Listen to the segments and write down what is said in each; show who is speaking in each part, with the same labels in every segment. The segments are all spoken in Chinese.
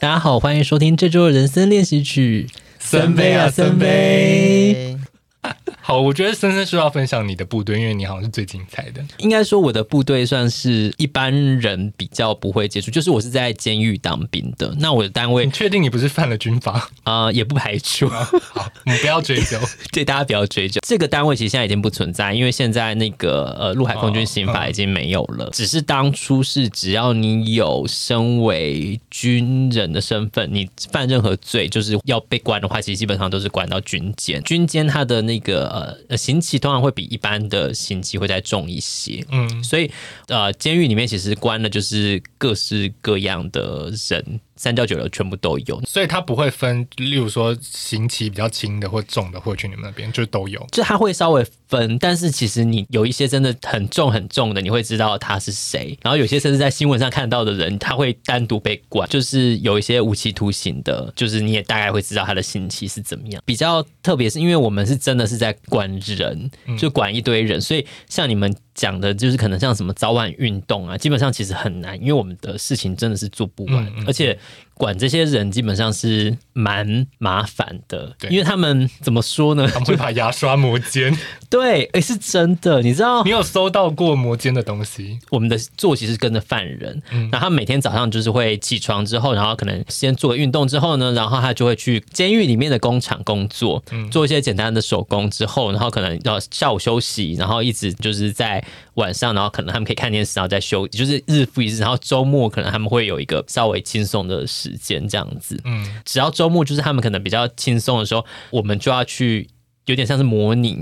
Speaker 1: 大家好，欢迎收听这周的人生练习曲。
Speaker 2: 森杯啊森杯
Speaker 3: 哎，
Speaker 2: 好，我觉得森森说要分享你的部队，因为你好像是最精彩的。
Speaker 1: 应该说我的部队算是一般人比较不会接触，就是我是在监狱当兵的。那我的单位
Speaker 2: 你确定你不是犯了军法？
Speaker 1: 啊、呃也不排除，
Speaker 2: 好，我们不要追 究。
Speaker 1: 对大家不要追究。这个单位其实现在已经不存在，因为现在那个呃陆海空军刑法已经没有了。只是当初是只要你有身为军人的身份，你犯任何罪就是要被关的话，其实基本上都是关到军监。军监它的那个呃呃刑期通常会比一般的刑期会再重一些。
Speaker 2: 嗯，
Speaker 1: 所以，呃，监狱里面其实关的就是各式各样的人，三教九流全部都有。
Speaker 2: 所以他不会分，例如说刑期比较轻的或重的，或去你们那边就都有。
Speaker 1: 就他会稍微分，但是其实你有一些真的很重很重的，你会知道他是谁。然后有些甚至在新闻上看到的人，他会单独被关。就是有一些无期徒刑的，就是你也大概会知道他的刑期是怎么样。比较特别是因为我们是真的是在管人，
Speaker 2: 嗯
Speaker 1: 就管一堆人，所以像你们讲的，就是可能像什么早晚运动啊，基本上其实很难，因为我们的事情真的是做不完，
Speaker 2: 嗯嗯
Speaker 1: 而且管这些人基本上是蛮麻烦的，
Speaker 2: 对
Speaker 1: 因为他们怎么说呢？
Speaker 2: 他们会把牙刷磨 尖，
Speaker 1: 对，哎、是真的。你知道
Speaker 2: 你有搜到过磨尖的东西？
Speaker 1: 我们的作息是跟着犯人，然后他每天早上就是会起床之后，然后可能先做个运动之后呢，然后他就会去监狱里面的工厂工作，做一些简单的手工之后，然后可能要下午休息，然后一直就是在晚上，然后可能他们可以看电视，然后再休，就是日复一日。然后周末可能他们会有一个稍微轻松的时间这样子，
Speaker 2: 嗯，
Speaker 1: 只要周末就是他们可能比较轻松的时候，我们就要去有点像是模拟，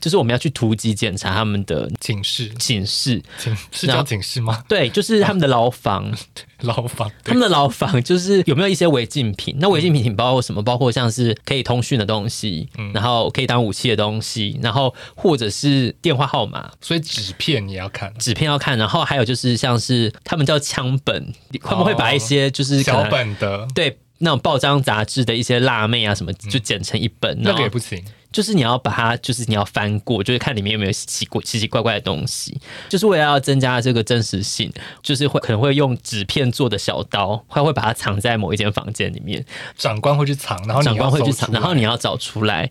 Speaker 1: 就是我们要去突击检查他们的
Speaker 2: 警示，
Speaker 1: 寝室，
Speaker 2: 警是
Speaker 1: 然后
Speaker 2: 叫警示吗？
Speaker 1: 对，就是他们的牢 房，
Speaker 2: 牢房。
Speaker 1: 他们的牢房就是有没有一些违禁品？那违禁品包括什么？包括像是可以通讯的东西，
Speaker 2: 嗯
Speaker 1: 然后可以当武器的东西，然后或者是电话号码。
Speaker 2: 所以纸片你要看，
Speaker 1: 纸片要看，然后还有就是像是他们叫枪本，他们会把一些就是可能
Speaker 2: 哦小本的
Speaker 1: 对那种报章杂志的一些辣妹啊什么，
Speaker 2: 嗯
Speaker 1: 就剪成一本，
Speaker 2: 那
Speaker 1: 然
Speaker 2: 个
Speaker 1: 后
Speaker 2: 也不行。
Speaker 1: 就是你要把它，就是你要翻过，就是看里面有没有奇怪、奇奇怪怪的东西，就是为了要增加这个真实性，就是会可能会用纸片做的小刀，它会把它藏在某一间房间里面，
Speaker 2: 长官会去藏，然后你
Speaker 1: 长官
Speaker 2: 要
Speaker 1: 会去
Speaker 2: 搜
Speaker 1: 藏，
Speaker 2: 出
Speaker 1: 然后
Speaker 2: 来。嗯
Speaker 1: 你要找出来，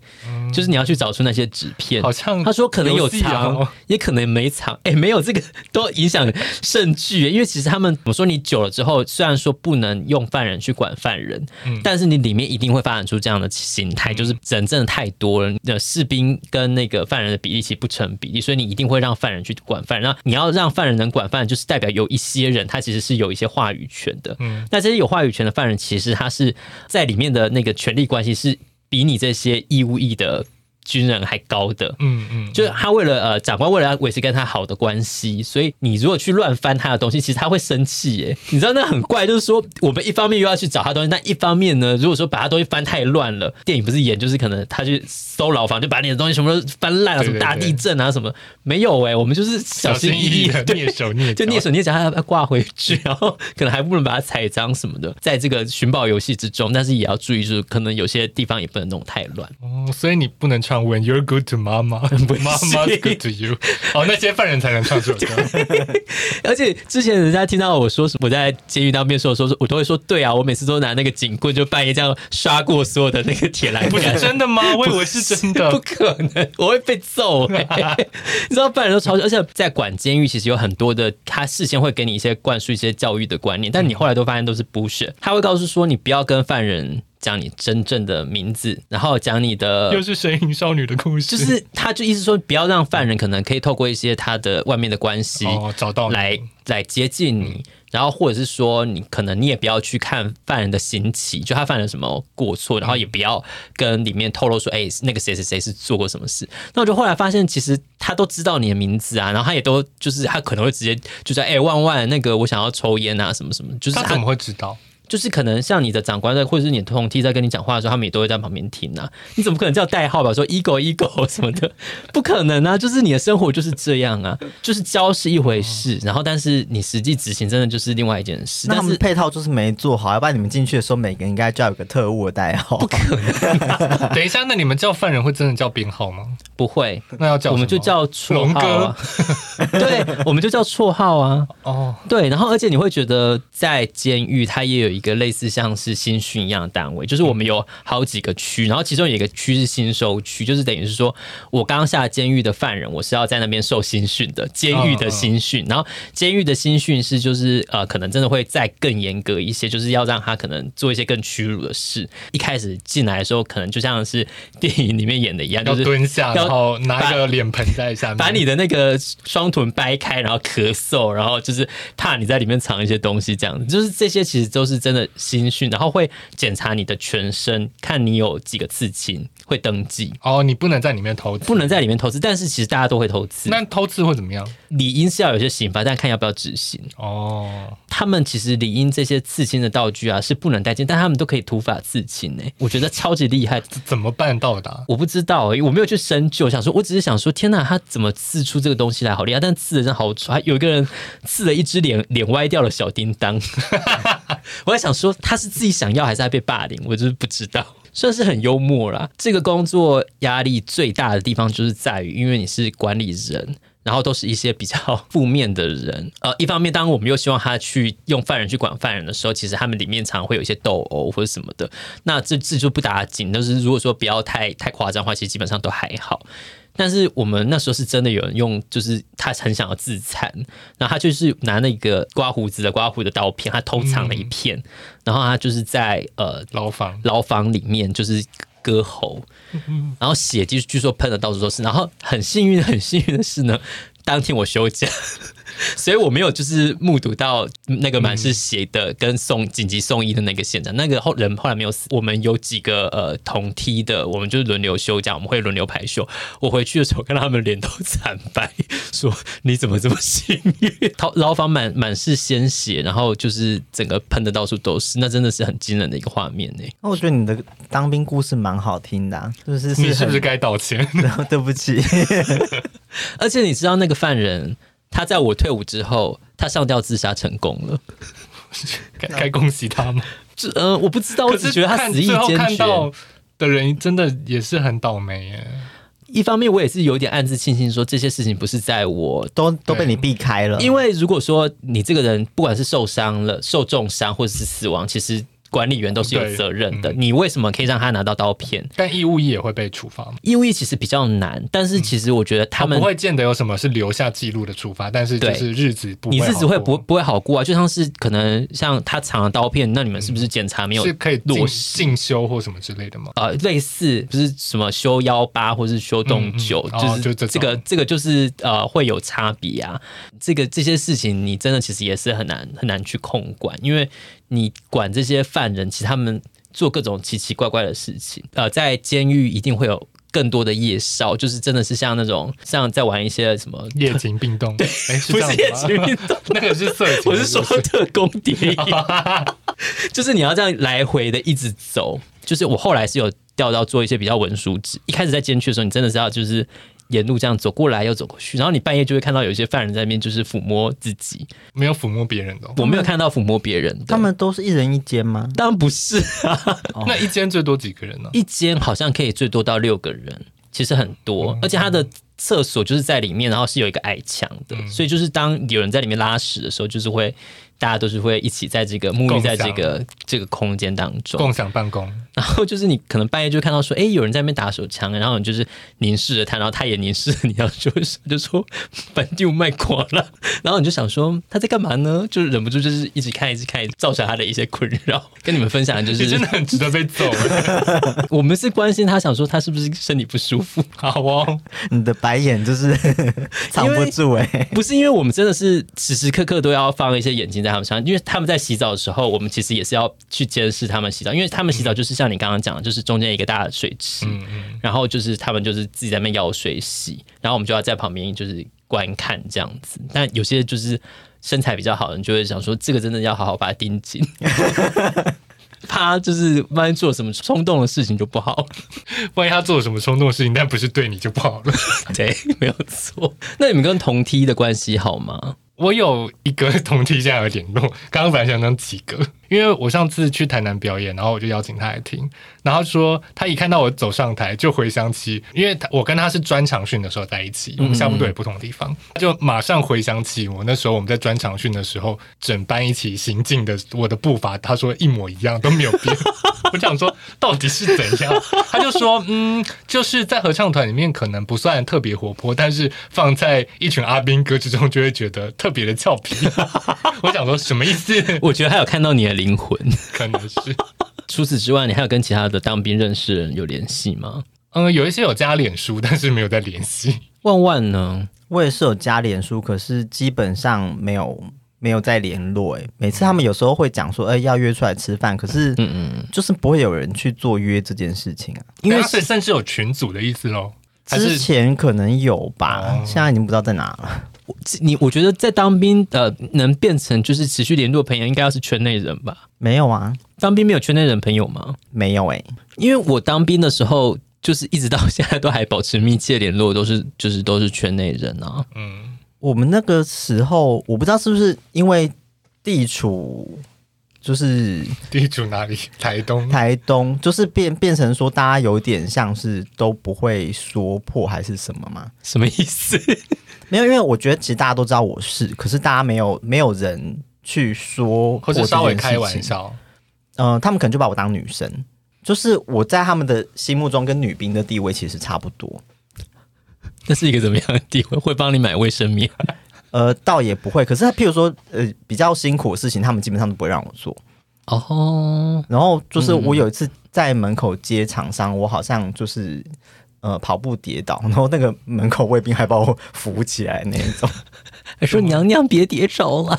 Speaker 1: 就是你要去找出那些纸片。
Speaker 2: 好像
Speaker 1: 他说可能有
Speaker 2: 游戏
Speaker 1: 藏，
Speaker 2: 哦
Speaker 1: 也可能没藏。哎、没有这个都影响证据，因为其实他们我说你久了之后，虽然说不能用犯人去管犯人，
Speaker 2: 嗯
Speaker 1: 但是你里面一定会发展出这样的形态，就是人真的太多了，呃，士兵跟那个犯人的比例其实不成比例，所以你一定会让犯人去管犯人。那你要让犯人能管犯人，就是代表有一些人他其实是有一些话语权的。
Speaker 2: 嗯
Speaker 1: 那这些有话语权的犯人，其实他是在里面的那个权力关系是比你这些义务役的军人还高的。
Speaker 2: 嗯嗯，
Speaker 1: 就是他为了呃，长官为了要维持跟他好的关系，所以你如果去乱翻他的东西，其实他会生气耶。你知道那很怪，就是说我们一方面又要去找他东西，那一方面呢，如果说把他东西翻太乱了，电影不是演就是可能他去搜牢房，就把你的东西全部都翻烂了，
Speaker 2: 对
Speaker 1: 什么
Speaker 2: 对
Speaker 1: 大
Speaker 2: 对
Speaker 1: 地震啊什么，没有哎，我们就是小
Speaker 2: 小
Speaker 1: 心
Speaker 2: 心
Speaker 1: 翼
Speaker 2: 翼
Speaker 1: 翼
Speaker 2: 翼的
Speaker 1: 对
Speaker 2: 蹑手蹑
Speaker 1: 就
Speaker 2: 脚
Speaker 1: 蹑手蹑脚，还要挂回去， 然后可能还不能把它踩脏什么的，在这个寻宝游戏之中，但是也要注意，就是可能有些地方也不能弄太乱。
Speaker 2: 哦，所以你不能唱 When You're Good to Mama,
Speaker 1: 不行
Speaker 2: Mama's Good to You。哦，那些犯人才能唱这 首歌。
Speaker 1: 而且之前人家听到我说什么，我在监狱当面说的时候，我都会说对啊，我每次都拿那个警棍就半夜这样刷过所有的那个铁栏
Speaker 2: 不
Speaker 1: 杆
Speaker 2: 是。真的吗？我以为是 真
Speaker 1: 不
Speaker 2: 的。
Speaker 1: 可能，我会被 揍、欸。 你知道，犯人都超，而且在管监狱，其实有很多的，他事先会给你一些灌输一些教育的观念，
Speaker 2: 嗯
Speaker 1: 但你后来都发现都是 bullshit。他会告诉说，你不要跟犯人讲你真正的名字，然后讲你的
Speaker 2: 又是神隐少女的故事，
Speaker 1: 呃就是他就意思说，不要让犯人可能可以透过一些他的外面的关系
Speaker 2: 哦找到你
Speaker 1: 来来接近你，然后或者是说你可能你也不要去看犯人的刑期，就他犯了什么过错，然后也不要跟里面透露说，哎、那个谁谁谁是做过什么事。那我就后来发现，其实他都知道你的名字啊，然后他也都就是他可能会直接就在哎、万万那个我想要抽烟啊什么什么，就是
Speaker 2: 他
Speaker 1: 他
Speaker 2: 怎么会知道？
Speaker 1: 就是可能像你的长官在，或者是你的同梯在跟你讲话的时候，他们也都会在旁边听啊。你怎么可能叫代号吧？说 ego ego 什么的，不可能啊！就是你的生活就是这样啊，就是教是一回事，然后但是你实际执行真的就是另外一件事。
Speaker 3: 哦那他
Speaker 1: 但
Speaker 3: 们
Speaker 1: 是
Speaker 3: 配套就是没做好，要不然你们进去的时候，每个人应该就要有个特务的代号。
Speaker 2: 等一下，那你们叫犯人会真的叫编号吗？
Speaker 1: 不会，
Speaker 2: 那要叫
Speaker 1: 我们就
Speaker 2: 什么
Speaker 1: 叫绰号啊， 对，我们就叫绰号啊。
Speaker 2: 哦，
Speaker 1: 对，然后而且你会觉得在监狱，它也有一个类似像是新训一样的单位，就是我们有好几个区，然后其中有一个区是新收区，就是等于是说我刚下监狱的犯人，我是要在那边受新训的，监狱的新训。然后监狱的新训是就是呃，可能真的会再更严格一些，就是要让他可能做一些更屈辱的事。一开始进来的时候，可能就像是电影里面演的一样，就
Speaker 2: 要
Speaker 1: 是
Speaker 2: 蹲下，
Speaker 1: 要
Speaker 2: 然后拿一个脸盆在下面，
Speaker 1: 把你的那个双臀掰开，然后咳嗽，然后就是怕你在里面藏一些东西，这样子，就是这些其实都是真的新训，然后会检查你的全身，看你有几个刺青，会登记，
Speaker 2: 哦，你不能在里面偷吃，
Speaker 1: 不能在里面偷吃，但是其实大家都会偷吃，
Speaker 2: 那偷吃会怎么样？
Speaker 1: 理应是要有些刑罚，但看要不要执行。
Speaker 2: 哦，
Speaker 1: 他们其实理应这些刺青的道具啊是不能带进，但他们都可以土法刺青诶、我觉得超级厉害，
Speaker 2: 怎么办到的啊？
Speaker 1: 我不知道、欸，我没有去深究，想说，我只是想说，天哪，他怎么刺出这个东西来，好厉害！但刺的真好丑，还有一个人刺了一只脸脸歪掉的小叮当，我在想说，他是自己想要还是他被霸凌，我就是不知道。 算是很幽默啦。这个工作压力最大的地方就是在于，因为你是管理人，然后都是一些比较负面的人。 呃，一方面，当然我们又希望他去用犯人去管犯人的时候，其实他们里面常会有一些斗殴或者什么的。那这这就不打紧，但是如果说不要太太夸张的话，其实基本上都还好。但是我们那时候是真的有人用，就是他很想要自残，然后他就是拿那个刮胡子的刮胡的刀片，他偷藏了一片，然后他就是在呃
Speaker 2: 牢房
Speaker 1: 牢房里面就是割喉，然后血据据说喷的到处都是。然后很幸运，很幸运的是呢， 当天我休假，所以我没有就是目睹到那个满是血的跟送紧急送医的那个现场。那个后人后来没有死。我们有几个呃同梯的，我们就是轮流休假，我们会轮流排休。我回去的时候看到他们脸都惨白， 说你怎么这么幸运？牢牢房满满是鲜血，然后就是整个喷的到处都是，那真的是很惊人的一个画面呢、
Speaker 3: 那我觉得你的当兵故事蛮好听的、啊，就是
Speaker 2: 你是
Speaker 3: 很
Speaker 2: 不是该 道歉？
Speaker 3: 对不起，
Speaker 1: 而且你知道那个犯人，他在我退伍之后，他上吊自杀成功了。
Speaker 2: 该该恭喜他吗？
Speaker 1: 这呃，我不知道，我
Speaker 2: 可
Speaker 1: 只
Speaker 2: 是
Speaker 1: 觉得他
Speaker 2: 看
Speaker 1: 死意
Speaker 2: 最后
Speaker 1: 坚
Speaker 2: 看
Speaker 1: 决。
Speaker 2: 到的人真的也是很倒霉耶。
Speaker 1: 一方面，我也是有点暗自庆幸，说这些事情不是在我。呃
Speaker 3: 都都被你避开了。
Speaker 1: 因
Speaker 3: 为
Speaker 1: 为如果说你这个人不管是受伤了、受重伤或者是死亡，其实管理员都是有
Speaker 2: 对嗯
Speaker 1: 责任的。你为什么可以让他拿到刀片？
Speaker 2: 但义务役也会被处罚吗？
Speaker 1: 义务役其实比较难，但是其实我觉得他们
Speaker 2: 嗯哦不会见得有什么是留下记录的处罚，但是就
Speaker 1: 对
Speaker 2: 是日子不
Speaker 1: 你日子
Speaker 2: 好
Speaker 1: 会
Speaker 2: 过
Speaker 1: 不不会好过啊？就像是可能像他藏了刀片，那你们是不
Speaker 2: 嗯
Speaker 1: 是检查没有
Speaker 2: 是可以进
Speaker 1: 落实
Speaker 2: 进修或什么之类的吗？
Speaker 1: 呃，类似不是什么修幺八或是修洞九
Speaker 2: 嗯，嗯哦
Speaker 1: 就是
Speaker 2: 就这
Speaker 1: 这个
Speaker 2: 种
Speaker 1: 这个就是呃会有差别啊。这个这些事情你真的其实也是很难很难去控管，因为你管这些犯人，其实他们做各种奇奇怪怪的事情。呃，在监狱一定会有更多的夜少，就是真的是像那种像在玩一些什么。
Speaker 2: 夜情病动，对，是
Speaker 1: 不
Speaker 2: 这
Speaker 1: 是
Speaker 2: 样
Speaker 1: 夜
Speaker 2: 子
Speaker 1: 情
Speaker 2: 吗
Speaker 1: 运动，
Speaker 2: 那个是色情，
Speaker 1: 我是说
Speaker 2: 不
Speaker 1: 特工谍影， 就是你要这样来回的一直走。就是我后来是有调到做一些比较文书职，一开始在监区的时候，你真的是要就是沿路这样走过来又走过去，然后你半夜就会看到有一些犯人在那边就是抚摸自己，
Speaker 2: 没有抚摸别人的哦。
Speaker 1: 我没有看到抚摸别人的。
Speaker 3: 他们都是一人一间吗？
Speaker 1: 当然不是啊，
Speaker 2: 那一间最多几个人呢？
Speaker 1: 一间好像可以最多到六个人，其实很多，而且它的。厕所就是在里面，然后是有一个矮墙的，所以就是当有人在里面拉屎的时候，就是会大家都是会一起在这个沐浴在这个这个空间当中。
Speaker 2: 共享办公，
Speaker 1: 然后就是你可能半夜就看到说，哎，有人在那边打手枪，然后你就是凝视着他，然后他也凝视着你，然后就会说就说 反丢卖垮了， 然后你就想说他在干嘛呢？就是忍不住就是一直看一直看，造成他的一些困扰。跟你们分享的就
Speaker 2: 你
Speaker 1: 是
Speaker 2: 真的很值得 被揍。
Speaker 1: 我们是关心他，想说他是不是身体不舒服。
Speaker 2: 好哦，
Speaker 3: 你的白眼就是 藏不住哎、
Speaker 1: 不是因为我们真的是时时刻刻都要放一些眼睛在他们身上，因为他们在洗澡的时候，我们其实也是要去监视他们洗澡，因为他们洗澡就是像你刚刚讲的，就是中间一个大的水池，
Speaker 2: 嗯嗯，
Speaker 1: 然后就是他们就是自己在那边舀水洗，然后我们就要在旁边就是观看这样子。但有些就是身材比较好的人就会想说，这个真的要好好把它盯 紧。怕就是万一做什么冲动的事情就不好，
Speaker 2: 万一他做了什么冲动的事情，但不是对你就不好了。
Speaker 1: 对， 没有错。那你们跟同梯的关系好吗？
Speaker 2: 我有一个同梯现在有联络，刚刚本来想讲几个，因因为我上次去台南表演，然后我就邀请他来听，然后他说他一看到我走上台就回想起，因为他我跟他是专场训的时候在一起，我们下部队也不同地方，他就马上回想起我那时候我们在专场训的时候，整班一起行进的我的步伐，他说一模一样都没有变。 我想说到底是怎样？他就说嗯，就是在合唱团里面可能不算特别活泼，但是放在一群阿兵哥之中就会觉得特别的俏 皮。我想说什么意思？
Speaker 1: 我觉得还有看到你的灵魂。
Speaker 2: 可能是。
Speaker 1: 除此之外，你还有跟其他的当兵认识的人有联系吗？
Speaker 2: 嗯，有一些有加脸书，但是没有在联系。
Speaker 1: 万万呢？
Speaker 3: 我也是有加脸书，可是基本上没有没有再联络、欸。每次他们有时候会讲说，哎、要约出来吃饭，可是
Speaker 1: 嗯嗯，
Speaker 3: 就是不会有人去做约这件事情啊。
Speaker 2: 因为是甚至有群组的意思喽，还
Speaker 3: 之
Speaker 2: 是
Speaker 3: 前可能有吧
Speaker 2: 哦，
Speaker 3: 现在已经不知道在哪了。
Speaker 1: 我你我觉得在当兵呃能变成就是持续联络的朋友，应该要是圈内人吧？
Speaker 3: 没有啊，
Speaker 1: 当兵没有圈内人朋友吗？
Speaker 3: 没有哎、
Speaker 1: 因为我当兵的时候，就是一直到现在都还保持密切联络，都是就是都是圈内人啊。
Speaker 2: 嗯，
Speaker 3: 我们那个时候我不知道是不是因为地处就是
Speaker 2: 地主哪里？台东。
Speaker 3: 台东，就是变变成说大家有点像是都不会说破还是什么嘛？
Speaker 1: 什么意思？
Speaker 3: 没有，因为我觉得其实大家都知道我是，可是大家没有没有人去说
Speaker 2: 或
Speaker 3: 过
Speaker 2: 者
Speaker 3: 这件事情，
Speaker 2: 稍微开玩笑，
Speaker 3: 嗯，他们可能就把我当女生，就是我在他们的心目中跟女兵的地位其实差不多，
Speaker 1: 那是一个怎么样的地位？会帮你买卫生棉？
Speaker 3: 呃，倒也不会。可是譬如说，呃，比较辛苦的事情，他们基本上都不会让我做。
Speaker 1: 哦，
Speaker 3: 然后就是我有一次在门口接厂商，我好像就是。呃，跑步跌倒， 然后那个门口卫兵还把我扶起来那一种，
Speaker 1: 还说娘娘别跌着了。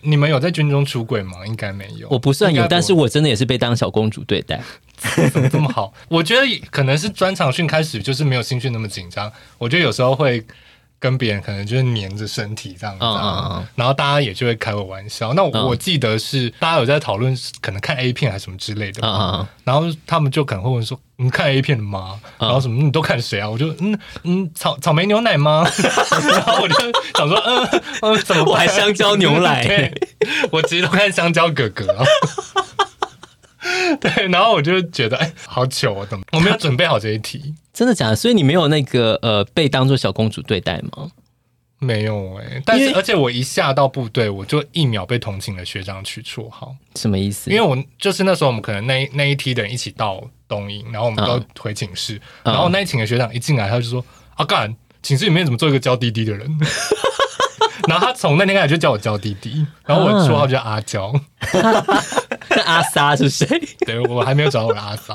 Speaker 2: 你们有在军中出轨吗？应该没有，
Speaker 1: 我不算
Speaker 2: 应
Speaker 1: 有，
Speaker 2: 该
Speaker 1: 但是我真的也是被当小公主对待。
Speaker 2: 怎么这么好？ 我觉得可能是专场训开始就是没有新训那么紧张，我觉得有时候会跟别人可能就是黏着身体这样子啊、
Speaker 1: 嗯嗯嗯
Speaker 2: 然后大家也就会开我玩笑。那我,、
Speaker 1: 嗯
Speaker 2: 我记得是大家有在讨论可能看 A 片还是什么之类的吧，
Speaker 1: 嗯嗯嗯
Speaker 2: 然后他们就可能会问说：“你看 A 片的吗？”
Speaker 1: 嗯
Speaker 2: 然后什么你都看谁啊？我就嗯嗯草草莓牛奶吗？ 然后我就想说嗯嗯怎么 办
Speaker 1: 我还香蕉牛奶
Speaker 2: 对我其实都看香蕉哥哥。啊 对，然后我就觉得，哎，好糗哦，怎么我没有准备好这一题？
Speaker 1: 真的假的？所以你没有那个呃被当做小公主对待吗？
Speaker 2: 没有哎、但
Speaker 1: 因
Speaker 2: 是
Speaker 1: 为
Speaker 2: 而且我一下到部队，我就一秒被同寝的学长取绰号，
Speaker 1: 什么意思？
Speaker 2: 因为我就是那时候我们可能那一那一梯的人一起到东营，然后我们
Speaker 1: 嗯
Speaker 2: 都回寝室，
Speaker 1: 嗯
Speaker 2: 然后那一寝的学长一进来，他就说：“啊干，寝室里面怎么做一个娇滴滴的人？” 然后他从那天开始就叫我娇滴滴，然后我
Speaker 1: 嗯
Speaker 2: 绰号就叫阿娇。
Speaker 1: 那 阿莎是谁？
Speaker 2: 对我还没有找到我的阿萨，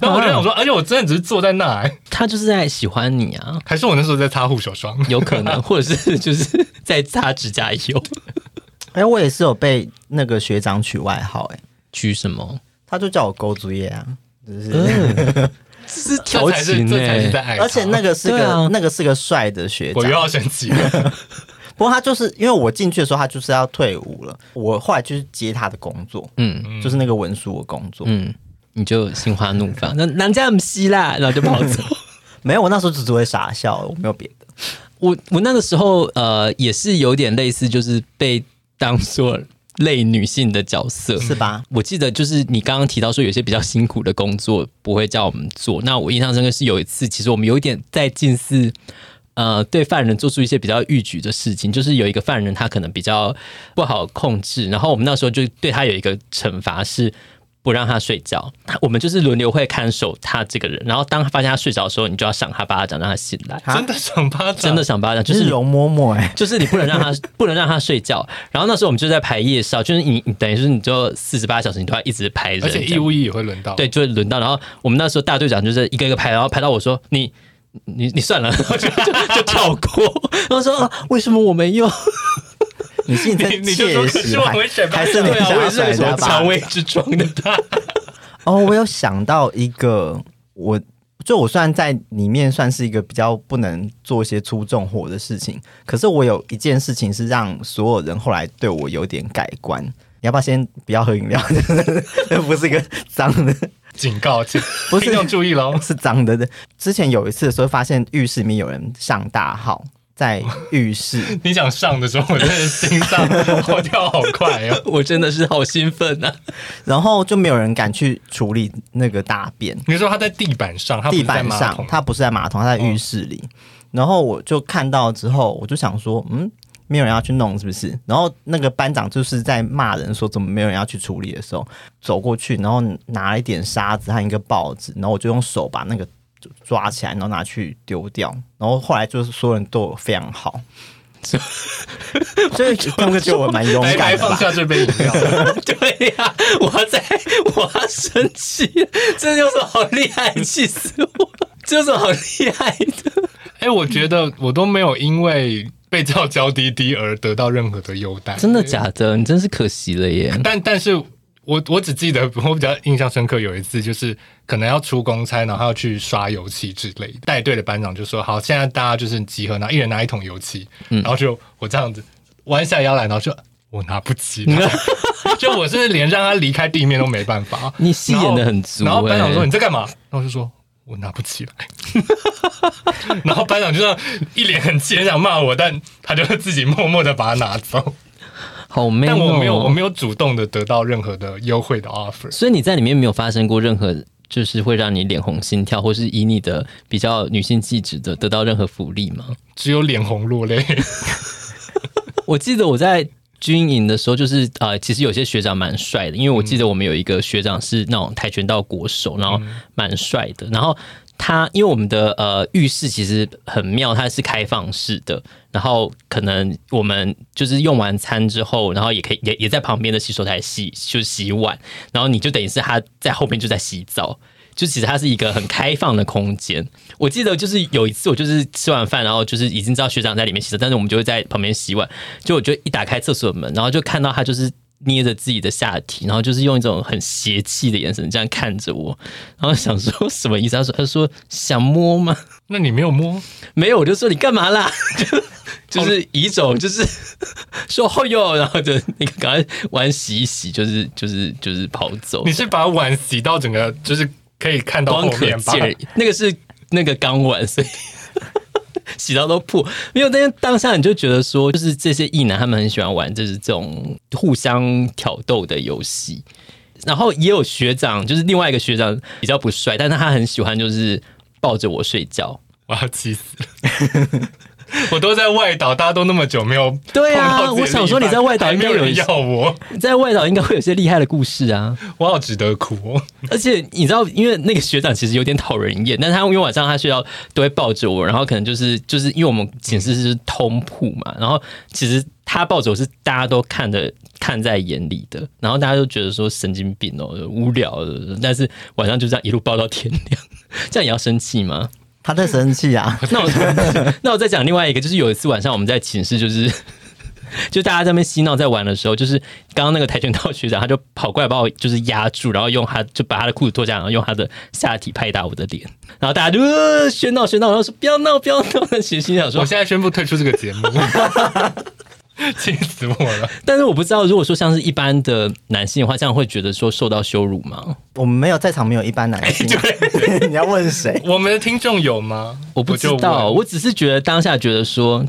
Speaker 2: 然后我就
Speaker 1: 哦
Speaker 2: 想说，而且我真的只是坐在那、欸，
Speaker 1: 她就是在喜欢你啊，
Speaker 2: 还是我那时候在擦护手霜。
Speaker 1: 有可能， 或者是就是在擦指甲油。
Speaker 3: 哎、我也是有被那个学长取外号、哎，
Speaker 1: 取什么？
Speaker 3: 他就叫我勾足业啊，就是、
Speaker 1: 这是
Speaker 2: 这
Speaker 1: 调
Speaker 2: 才是
Speaker 1: 情欸
Speaker 2: 这才是在
Speaker 1: 呢。
Speaker 2: 爱他，
Speaker 3: 而且那个是
Speaker 1: 对
Speaker 3: 个、
Speaker 1: 啊
Speaker 3: 那个是个帅的学
Speaker 2: 我又
Speaker 3: 长，
Speaker 2: 要生气了。
Speaker 3: 不过他就是因为我进去的时候他就是要退伍了，我后来就是接他的工作，
Speaker 1: 嗯
Speaker 3: 就是那个文书的工作，
Speaker 1: 嗯，你就心花怒放， 那人家不吸啦，然后就跑 走。
Speaker 3: 没有，我那时候就只会傻笑，我没有别的。
Speaker 1: 我我那个时候呃也是有点类似，就是被当做类女性的角色，
Speaker 3: 是吧？
Speaker 1: 啊我记得就是你刚刚提到说有些比较辛苦的工作不会叫我们做，那我印象深刻是有一次，其实我们有一点在近似。呃，对犯人做出一些比较逾矩的事情，就是有一个犯人他可能比较不好控制，然后我们那时候就对他有一个惩罚是不让他睡觉，我们就是轮流会看守他这个人，然后当他发现他睡着的时候，你就要赏他巴掌让他醒来，
Speaker 3: 啊
Speaker 2: 真的想巴掌，
Speaker 1: 真的赏巴掌，就
Speaker 3: 就是是容嬷嬷哎，
Speaker 1: 就是你不能让 他不能让他睡觉。然后那时候我们就在排夜哨，就是你你等于是你就四十八小时你都要一直排人，
Speaker 2: 而且义务役也会轮到。
Speaker 1: 对，，就会轮到。然后我们那时候大队长就是一个一个排，然后排到我说你。你你算了，然 后就就就跳过，然后说、啊为什么我没用？
Speaker 3: 你是你在
Speaker 2: 你你就说
Speaker 3: 窃
Speaker 2: 可
Speaker 3: 喜
Speaker 2: 是我会甩
Speaker 3: 还
Speaker 2: 巴
Speaker 3: 还是
Speaker 2: 掌
Speaker 3: 你
Speaker 1: 对啊，我
Speaker 3: 想要
Speaker 1: 也是
Speaker 3: 甩
Speaker 1: 有什么
Speaker 3: 他吧
Speaker 1: 肠？胃之疮的他。
Speaker 3: 哦，我有想到一个，我就我虽然在里面算是一个比较不能做一些出重活的事情，可是我有一件事情是让所有人后来对我有点改观。你要不要先不要喝饮料？ 这不是一个脏的，
Speaker 2: 警告，请
Speaker 3: 不是
Speaker 2: 听众注意喽。。
Speaker 3: 是脏的。之前有一次的时候，发现浴室里面有人上大号，在浴室
Speaker 2: 你想上的时候，我真的心脏 我跳好快 哦。
Speaker 1: 我真的是好兴奋啊！
Speaker 3: 然后就没有人敢去处理那个大便，
Speaker 2: 你说他在地板上，他不
Speaker 3: 地
Speaker 2: 是在
Speaker 3: 板
Speaker 2: 马
Speaker 3: 上
Speaker 2: 桶，哦
Speaker 3: 它不是在马桶，它在浴室里。然后我就看到之后，我就想说，嗯，没有人要去弄是不是？然后那个班长就是在骂人说怎么没有人要去处理的时候，走过去，然后拿了一点沙子和一个报纸，然后我就用手把那个抓起来，然后拿去丢掉。然后后来就是所有人对我非常好。 就是他们觉得我蛮勇
Speaker 2: 白白
Speaker 3: 敢的
Speaker 2: 放
Speaker 3: 吧？
Speaker 2: 下这杯饮料，
Speaker 1: 对呀、我在，我要生气，这有什么好厉害？气死我！这有什么好厉害的？
Speaker 2: 哎、我觉得我都没有因为被叫娇滴滴而得到任何的优待，
Speaker 1: 真的假的？你真是可惜了耶！
Speaker 2: 但但是我我只记得 我比较印象深刻有一次，就是可能要出公差，然后要去刷油漆之类的。带队的班长就说：“好，现在大家就是集合，然后一人拿一桶油漆。
Speaker 1: 嗯
Speaker 2: 然后就我这样子弯下腰来，然后就我拿 不起，就我甚至连让他离开地面都没办法。
Speaker 1: 你戏演得很足
Speaker 2: 然后然后班长说：“
Speaker 1: 欸
Speaker 2: 你在干嘛？”然后我就说。我拿不起来， 然后班长就这样一脸很气，很想骂我，但他就自己默默的把它拿走。
Speaker 1: 好 man 哦、
Speaker 2: 但我没有，我没有主动的得到任何的优惠的 offer。
Speaker 1: 所以你在里面没有发生过任何，就是会让你脸红心跳，或是以你的比较女性气质的得到任何福利吗？
Speaker 2: 只有脸红落泪。
Speaker 1: 我记得我在。军营的时候，就是呃，其实有些学长蛮帅的，因为我记得我们有一个学长是那种跆拳道国手，然后蛮帅的。然后他，因为我们的呃浴室其实很妙，它是开放式的，然后可能我们就是用完餐之后，然后也可以也也在旁边的洗手台洗，就是洗碗，然后你就等于是他在后面就在洗澡。就其实它是一个很开放的空间。我记得就是有一次，我就是吃完饭，然后就是已经知道学长在里面洗澡，但是我们就会在旁边洗碗。就我就一打开厕所门，然后就看到他就是捏着自己的下体，然后就是用一种很邪气的眼神这样看着我，然后想说什么意思？他说他说想摸吗？
Speaker 2: 那你没有摸？
Speaker 1: 没有，我就说你干嘛啦？就就是以一种就是说哦哟，然后就那个赶快碗洗一洗，就是就是就是跑走
Speaker 2: 你。是把碗洗到整个就是可以看到
Speaker 1: 光
Speaker 2: 后
Speaker 1: 可
Speaker 2: 面吧？
Speaker 1: 见那个是那个钢碗，所以 洗到都破。没有，但是当下你就觉得说，就是这些异男他们很喜欢玩，就是这种互相挑逗的游戏。然后也有学长，就是另外一个学长比较不帅，但是他很喜欢就是抱着我睡觉。
Speaker 2: 我要气死了！ 我都在外岛，大家都那么久没有
Speaker 1: 对啊
Speaker 2: 碰到自己的
Speaker 1: 我想说
Speaker 2: 另
Speaker 1: 你
Speaker 2: 一半
Speaker 1: 在外岛
Speaker 2: 还没有
Speaker 1: 应该有
Speaker 2: 人要我，
Speaker 1: 在外岛应该会有些厉害的故事啊。
Speaker 2: 我好值得哭、 哦。
Speaker 1: 而且你知道，因为那个学长其实有点讨人厌，但是他因为晚上他睡觉都会抱着我，然后可能就是就是因为我们寝室是通铺嘛，然后其实他抱着我是大家都看的看在眼里的，然后大家都觉得说神经病哦，无聊的，但是晚上就这样一路抱到天亮， 这样也要生气吗？
Speaker 3: 他在生气啊！
Speaker 1: 那我那我再讲另外一个，就是有一次晚上我们在寝室，就是 就大家在那边嬉闹在玩的时候，就是刚刚那个跆拳道学长他就跑过来把我就是压住，然后用他就把他的裤子脱下来，然后用他的下体拍打我的脸，然后大家就呃喧闹喧闹，然后说不要闹不要闹，那其实心想说
Speaker 2: 我，现在宣布退出这个节 目，气死我了！
Speaker 1: 但是我不知道如果说像是一般的男性的话，这样会觉得说受到羞辱吗？
Speaker 3: 我们没有在场，没有一般男性。啊 你要问谁？
Speaker 2: 我们的听众有吗？
Speaker 1: 我不知
Speaker 2: 就
Speaker 1: 道，我
Speaker 2: 问
Speaker 1: 只是觉得当下觉得说。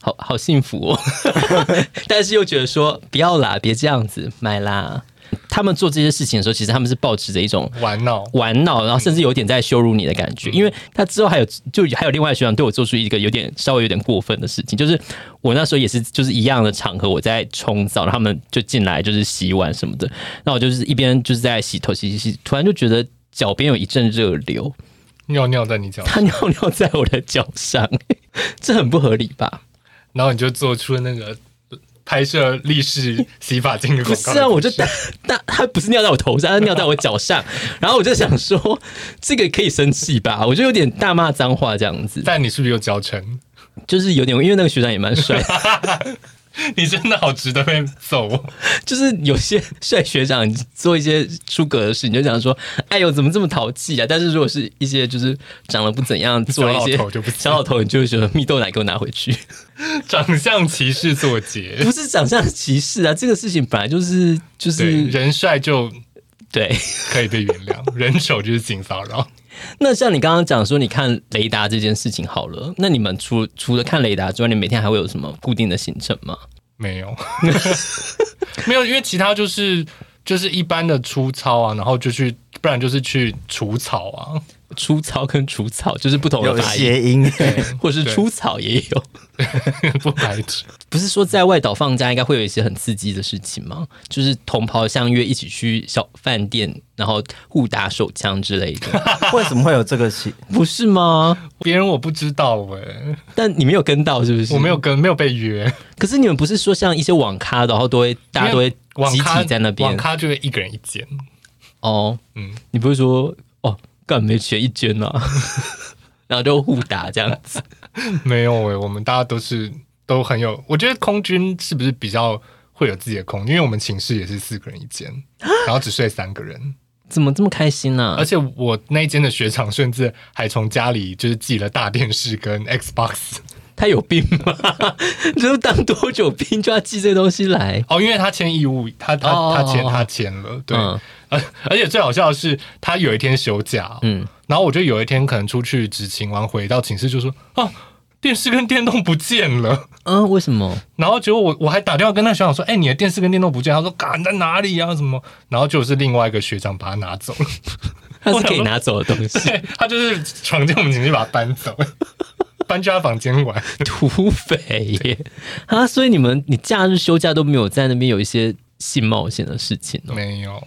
Speaker 1: 好好幸福哦， 但是又觉得说不要啦，别这样子，买啦。他们做这些事情的时候，其实他们是保持着一种
Speaker 2: 玩闹。
Speaker 1: 玩闹，然后甚至有点在羞辱你的感
Speaker 2: 嗯
Speaker 1: 觉。因为他之后还有就还有另外一个学长对我做出一个有点稍微有点过分的事情，就是我那时候也是就是一样的场合，我在冲澡，然后他们就进来就是洗碗什么的，那我就是一边就是在洗头洗洗洗，突然就觉得脚边有一阵热流，
Speaker 2: 尿尿在你脚，
Speaker 1: 他尿尿在我的脚上， 这很不合理吧？
Speaker 2: 然后你就做出那个拍摄立式洗发精的
Speaker 1: 不
Speaker 2: 广告的
Speaker 1: 是啊，我就
Speaker 2: 姿势
Speaker 1: 大大他不是尿在我头上，他尿在我脚 上，然后我就想说这个可以生气吧，我就有点大骂脏话这样子，
Speaker 2: 但你是不是有脚沉？
Speaker 1: 就是有点因为那个学长也蛮帅，
Speaker 2: 你真的好值得被揍哦！
Speaker 1: 就是有些帅学长做一些出格的事，你就想说，哎呦怎么这么淘气啊？但是如果是一些就是长得不怎样，做了一些
Speaker 2: 小老头就不行
Speaker 1: 小老头，你就会觉得蜜豆奶给我拿回 去。
Speaker 2: 长相歧视作结，
Speaker 1: 不是长相歧视啊，这个事情本来就是就
Speaker 2: 对，
Speaker 1: 是
Speaker 2: 人帅就
Speaker 1: 对。
Speaker 2: 可以被原谅，人丑就是性骚扰。
Speaker 1: 那像你刚刚讲说，你看雷达这件事情好了，那你们除除了看雷达之外，你每天还会有什么固定的行程吗？
Speaker 2: 没有，没有，因为其他就是就是一般的粗糙啊，然后就去，不然就是去除草啊，
Speaker 1: 除草跟除草就是不同的
Speaker 3: 有
Speaker 1: 发音，
Speaker 3: 谐音，
Speaker 1: 或是
Speaker 2: 对
Speaker 1: 除草也有。
Speaker 2: 不排斥。
Speaker 1: 不是说在外岛放假应该会有一些很刺激的事情吗？就是同袍相约一起去小饭店，然后互打手枪之类 的，
Speaker 3: 为什么会有这个谐？
Speaker 1: 不是吗？
Speaker 2: 别人我不知道哎、
Speaker 1: 但你没有跟到是不是？
Speaker 2: 我没有。跟没有被约，
Speaker 1: 可是你们不是说像一些网咖，然后都会大家都会
Speaker 2: 网
Speaker 1: 集
Speaker 2: 咖
Speaker 1: 体在那
Speaker 2: 网
Speaker 1: 边
Speaker 2: 咖就会一个人一间，
Speaker 1: 哦？
Speaker 2: 嗯，
Speaker 1: 你不会说哦，干没学一捐 啊，然后就互打这样子。
Speaker 2: 没有哎、我们大家都是都很有，我觉得空军是不是比较会有自己的空？因为我们寝室也是四个人一间，
Speaker 1: 啊
Speaker 2: 然后只睡三个人，
Speaker 1: 怎么这么开心啊呢、
Speaker 2: 而且我那一间的学长甚至还从家里就是寄了大电视跟 Xbox
Speaker 1: 他有病吗？就是当多久兵就要寄这东西来？
Speaker 2: 哦，因为他签义务，他他
Speaker 1: 哦
Speaker 2: 他签
Speaker 1: 哦哦
Speaker 2: 他签了，对，
Speaker 1: 嗯
Speaker 2: 而而且最好笑的是，他有一天休假，
Speaker 1: 嗯，
Speaker 2: 然后我就有一天可能出去执勤完回到寝室就说啊，电视跟电动不见了。
Speaker 1: 嗯，为什么？
Speaker 2: 然后结果我我还打电话跟那学长说：“哎、你的电视跟电动不见。”他说：“赶在哪里啊？什么？”然后就是另外一个学长把它拿走 了，
Speaker 1: 他是可以拿走的东西，
Speaker 2: 对他就是闯进我们寝室把它搬走， 搬去他房间 玩。
Speaker 1: 土匪 耶！啊，所以你们你假日休假都没有在那边有一些性冒险的事情哦。
Speaker 2: 没有，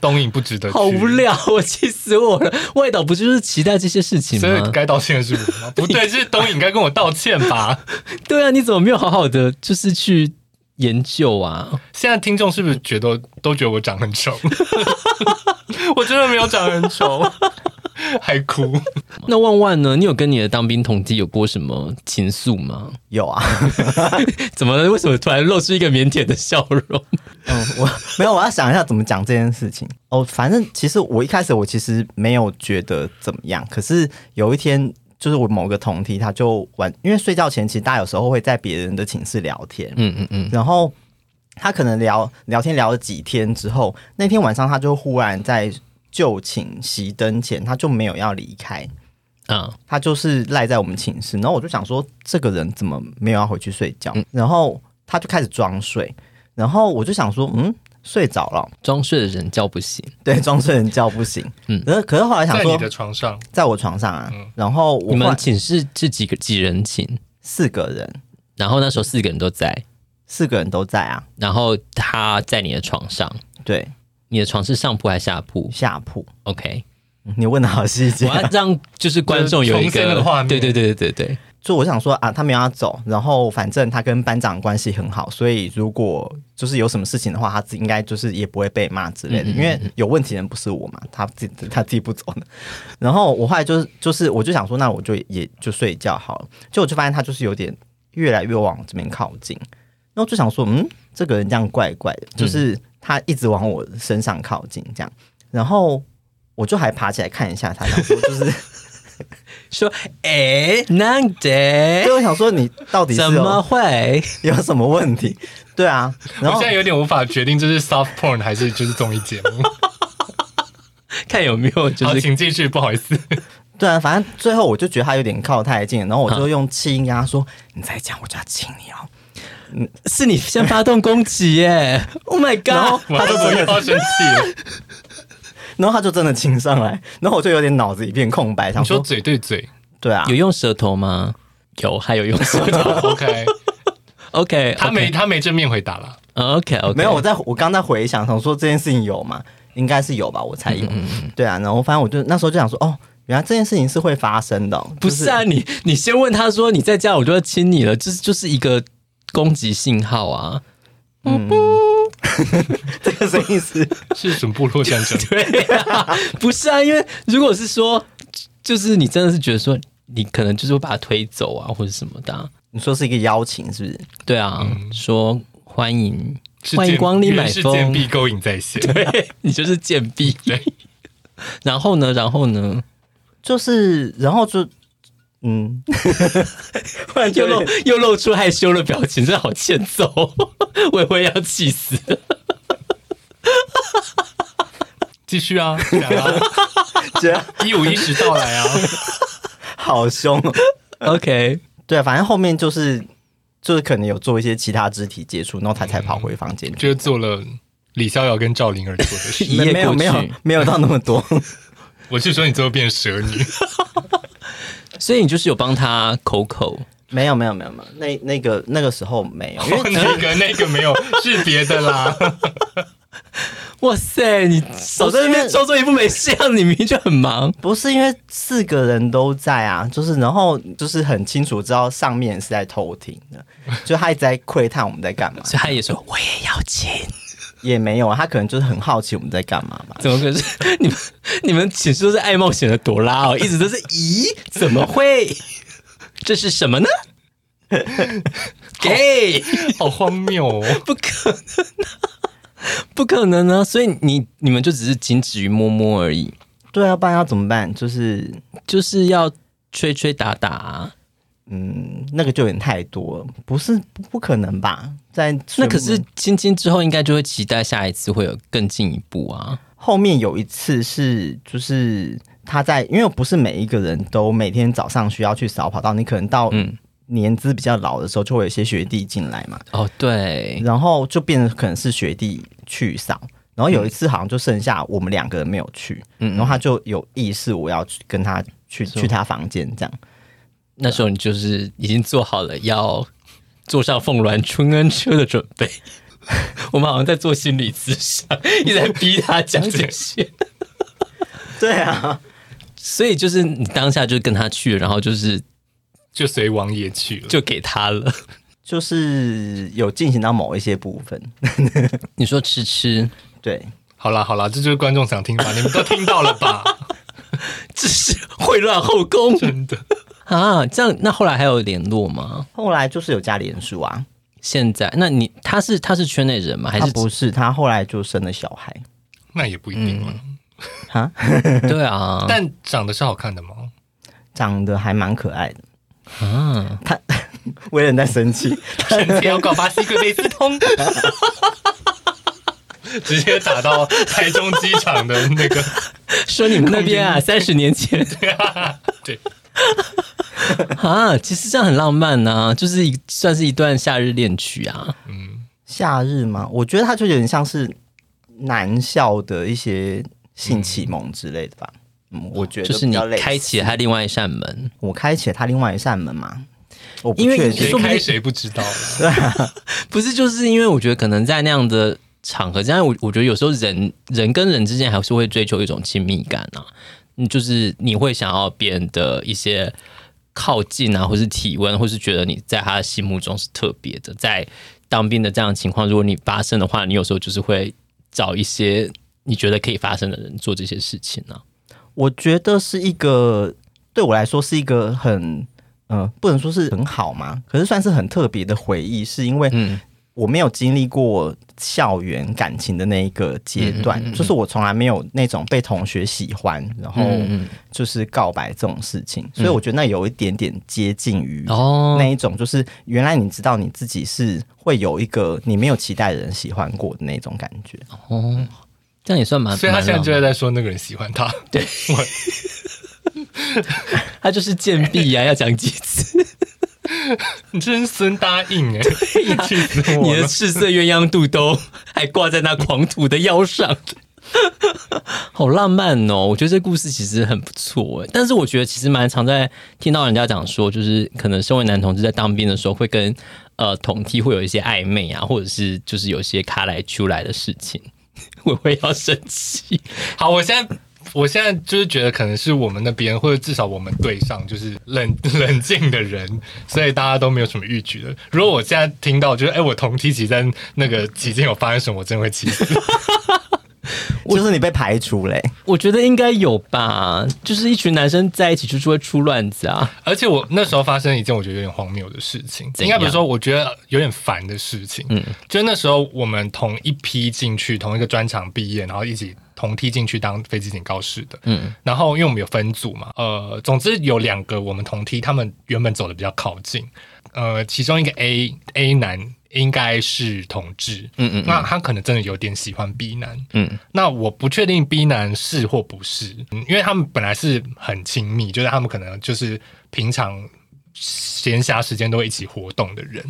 Speaker 2: 东影不值得，
Speaker 1: 好无。聊，我气死我了！外岛不就是期待这些事
Speaker 3: 啊
Speaker 1: 情
Speaker 2: 所以
Speaker 1: 吗？
Speaker 2: 该道歉是我吗？ 不对，是东影该跟我道歉吧？
Speaker 1: 对啊，你怎么没有好好的就是去研究啊？
Speaker 2: 现在听众是不是觉得都觉得我长很 丑？我真的没有长很丑，还哭。
Speaker 1: 那万万呢？你有跟你的当兵同梯有过什么情愫吗？
Speaker 3: 有啊，
Speaker 1: 怎么了？为什么突然露出一个腼腆的笑容？
Speaker 3: 嗯，我没有，我要想一下怎么讲这件事情。哦，反正其实我一开始我其实没有觉得怎么样，可是有一天就是我某个同梯他就晚，因为睡觉前其实大家有时候会在别人的寝室聊天，
Speaker 1: 嗯嗯嗯，
Speaker 3: 然后他可能聊聊天聊了几天之后，那天晚上他就忽然在就寝熄灯前，他就没有要离开，
Speaker 1: 啊，
Speaker 3: 他就是赖在我们寝室，然后我就想说，这个人怎么没有要回去睡觉？
Speaker 1: 嗯
Speaker 3: 然后他就开始装睡，然后我就想说，嗯，睡着了，
Speaker 1: 装睡的人叫不醒。
Speaker 3: 对，装睡人觉不醒。
Speaker 1: 嗯
Speaker 3: 嗯，可是可是后来想
Speaker 2: 在你
Speaker 3: 说，
Speaker 2: 的嗯床上，
Speaker 3: 在我床上啊，然后我
Speaker 1: 你
Speaker 3: 后
Speaker 1: 们
Speaker 3: 来
Speaker 1: 寝室是几个几人寝？
Speaker 3: 四个人，
Speaker 1: 然后那时候四个人都在，
Speaker 3: 四个人都在啊，
Speaker 1: 然后他在你的床上，
Speaker 3: 对，
Speaker 1: 你的床是上铺还是下铺
Speaker 3: 下铺。
Speaker 1: ？OK，
Speaker 3: 嗯你问的好细
Speaker 1: 我
Speaker 3: 节，
Speaker 1: 要让就是观众 有一
Speaker 2: 就是重现那
Speaker 1: 个
Speaker 2: 个画面
Speaker 1: 对对对对对对，
Speaker 3: 就我想说啊，他没有要走，然后反正他跟班长关系很好，所以如果就是有什么事情的话，他自应该就是也不会被骂之类的，因嗯为有问题的人不是我嘛，他自己他自己不走的。然后我后来就是就是我就想说，那我就也就睡觉好了，结果就发现他就是有点越来越往这边靠近，然后就想说，嗯，这个人这样怪怪的，就是他一直往我身上靠近这样，然后我就还爬起来看一下他，想说 就是。
Speaker 1: 说哎，那得
Speaker 3: 所以我想说，你到底是有
Speaker 1: 怎么会？
Speaker 3: 有什么问题？对啊，
Speaker 2: 我
Speaker 3: 然后
Speaker 2: 现在有点无法决定这是 soft porn 还是就是综艺节目。
Speaker 1: 看有没有就
Speaker 2: 好，
Speaker 1: 是
Speaker 2: 请继续，不好 意思。
Speaker 3: 对啊，反正最后我就觉得他有点靠太近，然后我就用气音跟他说：“你再讲，我就要亲你哦。
Speaker 1: 是你先发动攻击耶！Oh my
Speaker 3: 然后
Speaker 1: god！
Speaker 2: 我又要生气了。”
Speaker 3: 然后他就真的亲上来，然后我就有点脑子一片空白，想
Speaker 2: 你说
Speaker 3: 说：“
Speaker 2: 嘴对嘴
Speaker 3: 对啊
Speaker 1: 有，用舌头吗？有，还有用 舌头。
Speaker 2: ，OK，
Speaker 1: OK，
Speaker 2: 他没他没正面回答啦。
Speaker 1: OK 哦 OK，
Speaker 3: 没有。我在我刚在回想，想说这件事情有吗？应该是有吧，我才有。对啊，然后反正我就那时候就想说：哦，原来这件事情是会发生的哦、
Speaker 1: 不
Speaker 3: 就是
Speaker 1: 啊，你你先问他说你在家，我就要亲你了，这就是一个攻击信号啊。
Speaker 3: 嗯 这个声音是
Speaker 2: 是什么部落 战争？
Speaker 1: 对啊，不是啊，因为如果是说，就是你真的是觉得说，你可能就是会把他推走啊，或者什么的啊、
Speaker 3: 你说是一个邀请，是不是？
Speaker 1: 对啊，说欢迎
Speaker 2: 是
Speaker 1: 欢迎
Speaker 2: 剑
Speaker 1: 光临
Speaker 2: 原
Speaker 1: 买
Speaker 2: 是剑
Speaker 1: 风，
Speaker 2: 必勾引在先。
Speaker 1: 对 你就是贱婢。然后呢，然后呢，
Speaker 3: 就是，然后就嗯，
Speaker 1: 突然又露又露出害羞的表情，真的好欠揍， 我也要气死。
Speaker 2: 继续啊，讲啊
Speaker 3: 觉得
Speaker 2: 一五一十到来啊！
Speaker 3: 好凶、哦。
Speaker 1: OK，
Speaker 3: 对啊，反正后面就是就是可能有做一些其他肢体接触，然后他
Speaker 1: 嗯
Speaker 3: 才跑回房间去。
Speaker 2: 就是做了李逍遥跟赵灵儿做的 事。
Speaker 1: 一
Speaker 3: 没
Speaker 1: 夜
Speaker 3: 没有
Speaker 1: 过
Speaker 3: 没有
Speaker 1: 去，
Speaker 3: 没有到那么 多，
Speaker 2: 我是说你最后变蛇女，
Speaker 1: 所以你就是有帮他口口，
Speaker 3: 没有没有没有没有，那那个那个时候没有，因
Speaker 1: 哎哦
Speaker 3: 为
Speaker 2: 那个那个没有，是别的 啦。
Speaker 1: 哇塞，你少在那边装作一副没事样，你明明就很忙。
Speaker 3: 不是因为四个人都在啊，就是然后就是很清楚知道上面是在偷听的，就他一直在窥探我们 在干嘛，
Speaker 1: 所以他也说我也要请，
Speaker 3: 也没有，啊他可能就是很好奇我们在干嘛吧。
Speaker 1: 怎么可是 你们你们寝室都是爱冒险的朵拉哦，一直都是咦怎么会？这是什么 呢？gay
Speaker 2: 好荒谬哦！
Speaker 1: 不可能、啊， 不可能啊！所以你你们就只是仅止于摸摸而已，
Speaker 3: 对啊，不然要怎么办？就是
Speaker 1: 就是要吹吹打打、啊。
Speaker 3: 嗯，那个就有点太多了，不是不不可能吧？在
Speaker 1: 那可是亲亲之后，应该就会期待下一次会有更进一步啊。
Speaker 3: 后面有一次是就是他在，因为不是每一个人都每天早上需要去扫跑道，你可能到
Speaker 1: 嗯
Speaker 3: 年资比较老的时候，就会有一些学弟进来嘛，
Speaker 1: 哦，对，
Speaker 3: 然后就变成可能是学弟去扫。然后有一次好像就剩下我们两个人没有去，
Speaker 1: 嗯
Speaker 3: 然后他就有意识我要去跟他去去他房间这样，
Speaker 1: 那时候你就是已经做好了要坐上凤鸾春恩车的准备。 我们好像在做心理咨询，一直在逼他讲这些。
Speaker 3: 对啊，
Speaker 1: 所以就是你当下就跟他去了，然后就是
Speaker 2: 就随王爷去了，
Speaker 1: 就给他了。
Speaker 3: 就是有进行到某一些部分，
Speaker 1: 你说吃吃，
Speaker 3: 对，
Speaker 2: 好啦好啦，这就是观众想听吧，你们都听到了 吧？
Speaker 1: 这是会乱后宫
Speaker 2: 真的，
Speaker 1: 啊！这样，那后来还有联络吗？
Speaker 3: 后来就是有加脸书啊，
Speaker 1: 现在，那你他是他是圈内人吗？还
Speaker 3: 他
Speaker 1: 是
Speaker 3: 不是他后来就生了小孩，
Speaker 2: 那也不一定了。
Speaker 1: 嗯对啊？
Speaker 2: 但长得是好看的吗？
Speaker 3: 长得还蛮可爱的。
Speaker 1: 啊，
Speaker 3: 威廉在生气，
Speaker 2: 臣妾要告发西格雷斯通， 直接打到台中机场的那个，
Speaker 1: 说你们那边 啊，三十年前
Speaker 2: 对，
Speaker 1: 啊，其实这样很浪漫呐、就是一算是一段夏日恋曲啊。
Speaker 2: 嗯，
Speaker 3: 夏日嘛，我觉得他就有点像是男校的一些性启蒙之类的吧。嗯，我觉得
Speaker 1: 就是
Speaker 3: 比
Speaker 1: 你
Speaker 3: 较类似
Speaker 1: 开启了他另外一扇门，
Speaker 3: 我开启了他另外一扇门嘛。我不
Speaker 1: 因为
Speaker 3: 确
Speaker 1: 你
Speaker 2: 谁
Speaker 3: 定
Speaker 1: 说不定
Speaker 2: 开谁不知道啦
Speaker 1: 不是就是因为我觉得可能在那样的场合，这样我我觉得有时候人人跟人之间还是会追求一种亲密感啊，嗯就是你会想要别人的一些靠近啊，或是体温，或是觉得你在他的心目中是特别的。在当兵的这样的情况，如果你发生的话，你有时候就是会找一些你觉得可以发生的人做这些事情啊。
Speaker 3: 我觉得是一个对我来说是一个很呃，不能说是很好嘛，可是算是很特别的回忆，是因为
Speaker 1: 嗯
Speaker 3: 我没有经历过校园感情的那一个阶段，就是我从来没有那种被同学喜欢，然后就是告白这种事情，所以我觉得那有一点点接近于
Speaker 1: 哦
Speaker 3: 那一种，就是原来你知道你自己是会有一个你没有期待的人喜欢过的那种感觉。
Speaker 1: 哦，这样也算蛮。
Speaker 2: 所以他
Speaker 1: 蛮
Speaker 2: 现在
Speaker 1: 浪
Speaker 2: 就在说那个人喜欢他，对，
Speaker 1: 漫他就是贱婢呀、要讲几次？
Speaker 2: 你真孙答应哎、气死
Speaker 1: 你
Speaker 2: 我
Speaker 1: 的
Speaker 2: 了！
Speaker 1: 赤色鸳鸯肚兜还挂在那狂徒的腰 上，好浪漫哦！我觉得这故事其实很不错哎，但是我觉得其实蛮常在听到人家讲说，就是可能身为男同志在当兵的时候会跟呃同梯会有一些暧昧啊，或者是就是有一些卡来出来的事情， 我会要生气。
Speaker 2: 好，我现在。我现在就是觉得，可能是我们那边，或者至少我们队上，就是冷 冷静的人，所以大家都没有什么预举的。如果我现在听到，就是哎、我同梯级在那个期间有发生什么，我真的会气死。
Speaker 3: 就是你被排除嘞、
Speaker 1: 我觉得应该有吧，就是一群男生在一起就是会出乱子啊。
Speaker 2: 而且我那时候发生一件我觉得有点荒谬的事情，
Speaker 1: 怎
Speaker 2: 应
Speaker 1: 样
Speaker 2: 该不是说我觉得有点烦的事情，嗯，就那时候我们同一批进去同一个专场毕业，然后一起同梯进去当飞机警告室的，嗯，然后因为我们有分组嘛，呃，总之有两个我们同梯，他们原本走的比较靠近，呃，其中一个 A A 男应该是同志，
Speaker 3: 嗯嗯
Speaker 2: 那他可能真的有点喜欢 B 男，
Speaker 3: 嗯，
Speaker 2: 那我不确定 B 男是或不是，嗯因为他们本来是很亲密，就是他们可能就是平常闲暇时间都会一起活动的人。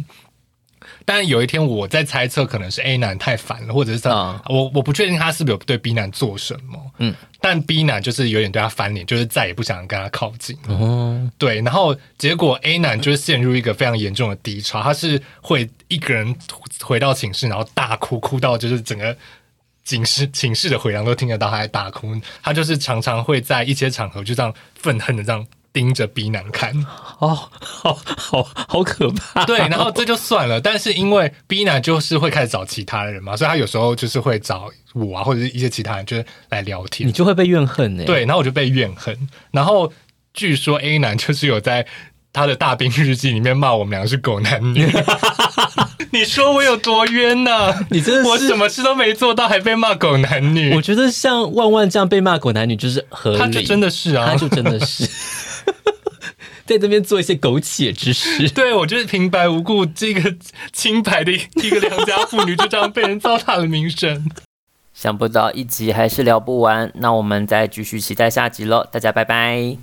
Speaker 2: 但有一天，我在猜测，可能是 A 男太烦了，或者是他、
Speaker 1: 啊
Speaker 2: 我我不确定他是不是有对 B 男做什么，
Speaker 3: 嗯
Speaker 2: 嗯，但 B 男就是有点对他翻脸，就是再也不想跟他靠近，
Speaker 1: 哦，
Speaker 2: 对，然后结果 A 男就是陷入一个非常严重的低潮，他是会一个人回到寝室，然后大哭，哭到就是整个寝室寝室的回廊都听得到他在大哭。他就是常常会在一些场合就这样愤恨的这样盯着 B 男看，
Speaker 1: 哦，好好好可怕。
Speaker 2: 对，然后这就算了。但是因为 B 男就是会开始找其他人嘛，所以他有时候就是会找我啊，或者是一些其他人就是来聊天
Speaker 1: 你。就会被怨恨欸呢、，
Speaker 2: 对，然后我就被怨恨。然后据说 A 男就是有在他的大兵日记里面骂我们俩是狗 男女。你说我有多冤呐、
Speaker 1: 你真的是
Speaker 2: 我什么事都没做到，还被骂狗男
Speaker 1: 我
Speaker 2: 女，
Speaker 1: 觉得像万万这样被骂狗男女就是合理，
Speaker 2: 他就 真的是
Speaker 1: 嗯
Speaker 2: 啊
Speaker 1: 他。就真的是 在这边做一些苟且之事。
Speaker 2: 对，我就是平白无故，这个清白的一个良家妇女，就这样被人糟蹋了名声。
Speaker 4: 想不到一集还是聊不完，那我们再继续期待下集喽，大家拜拜。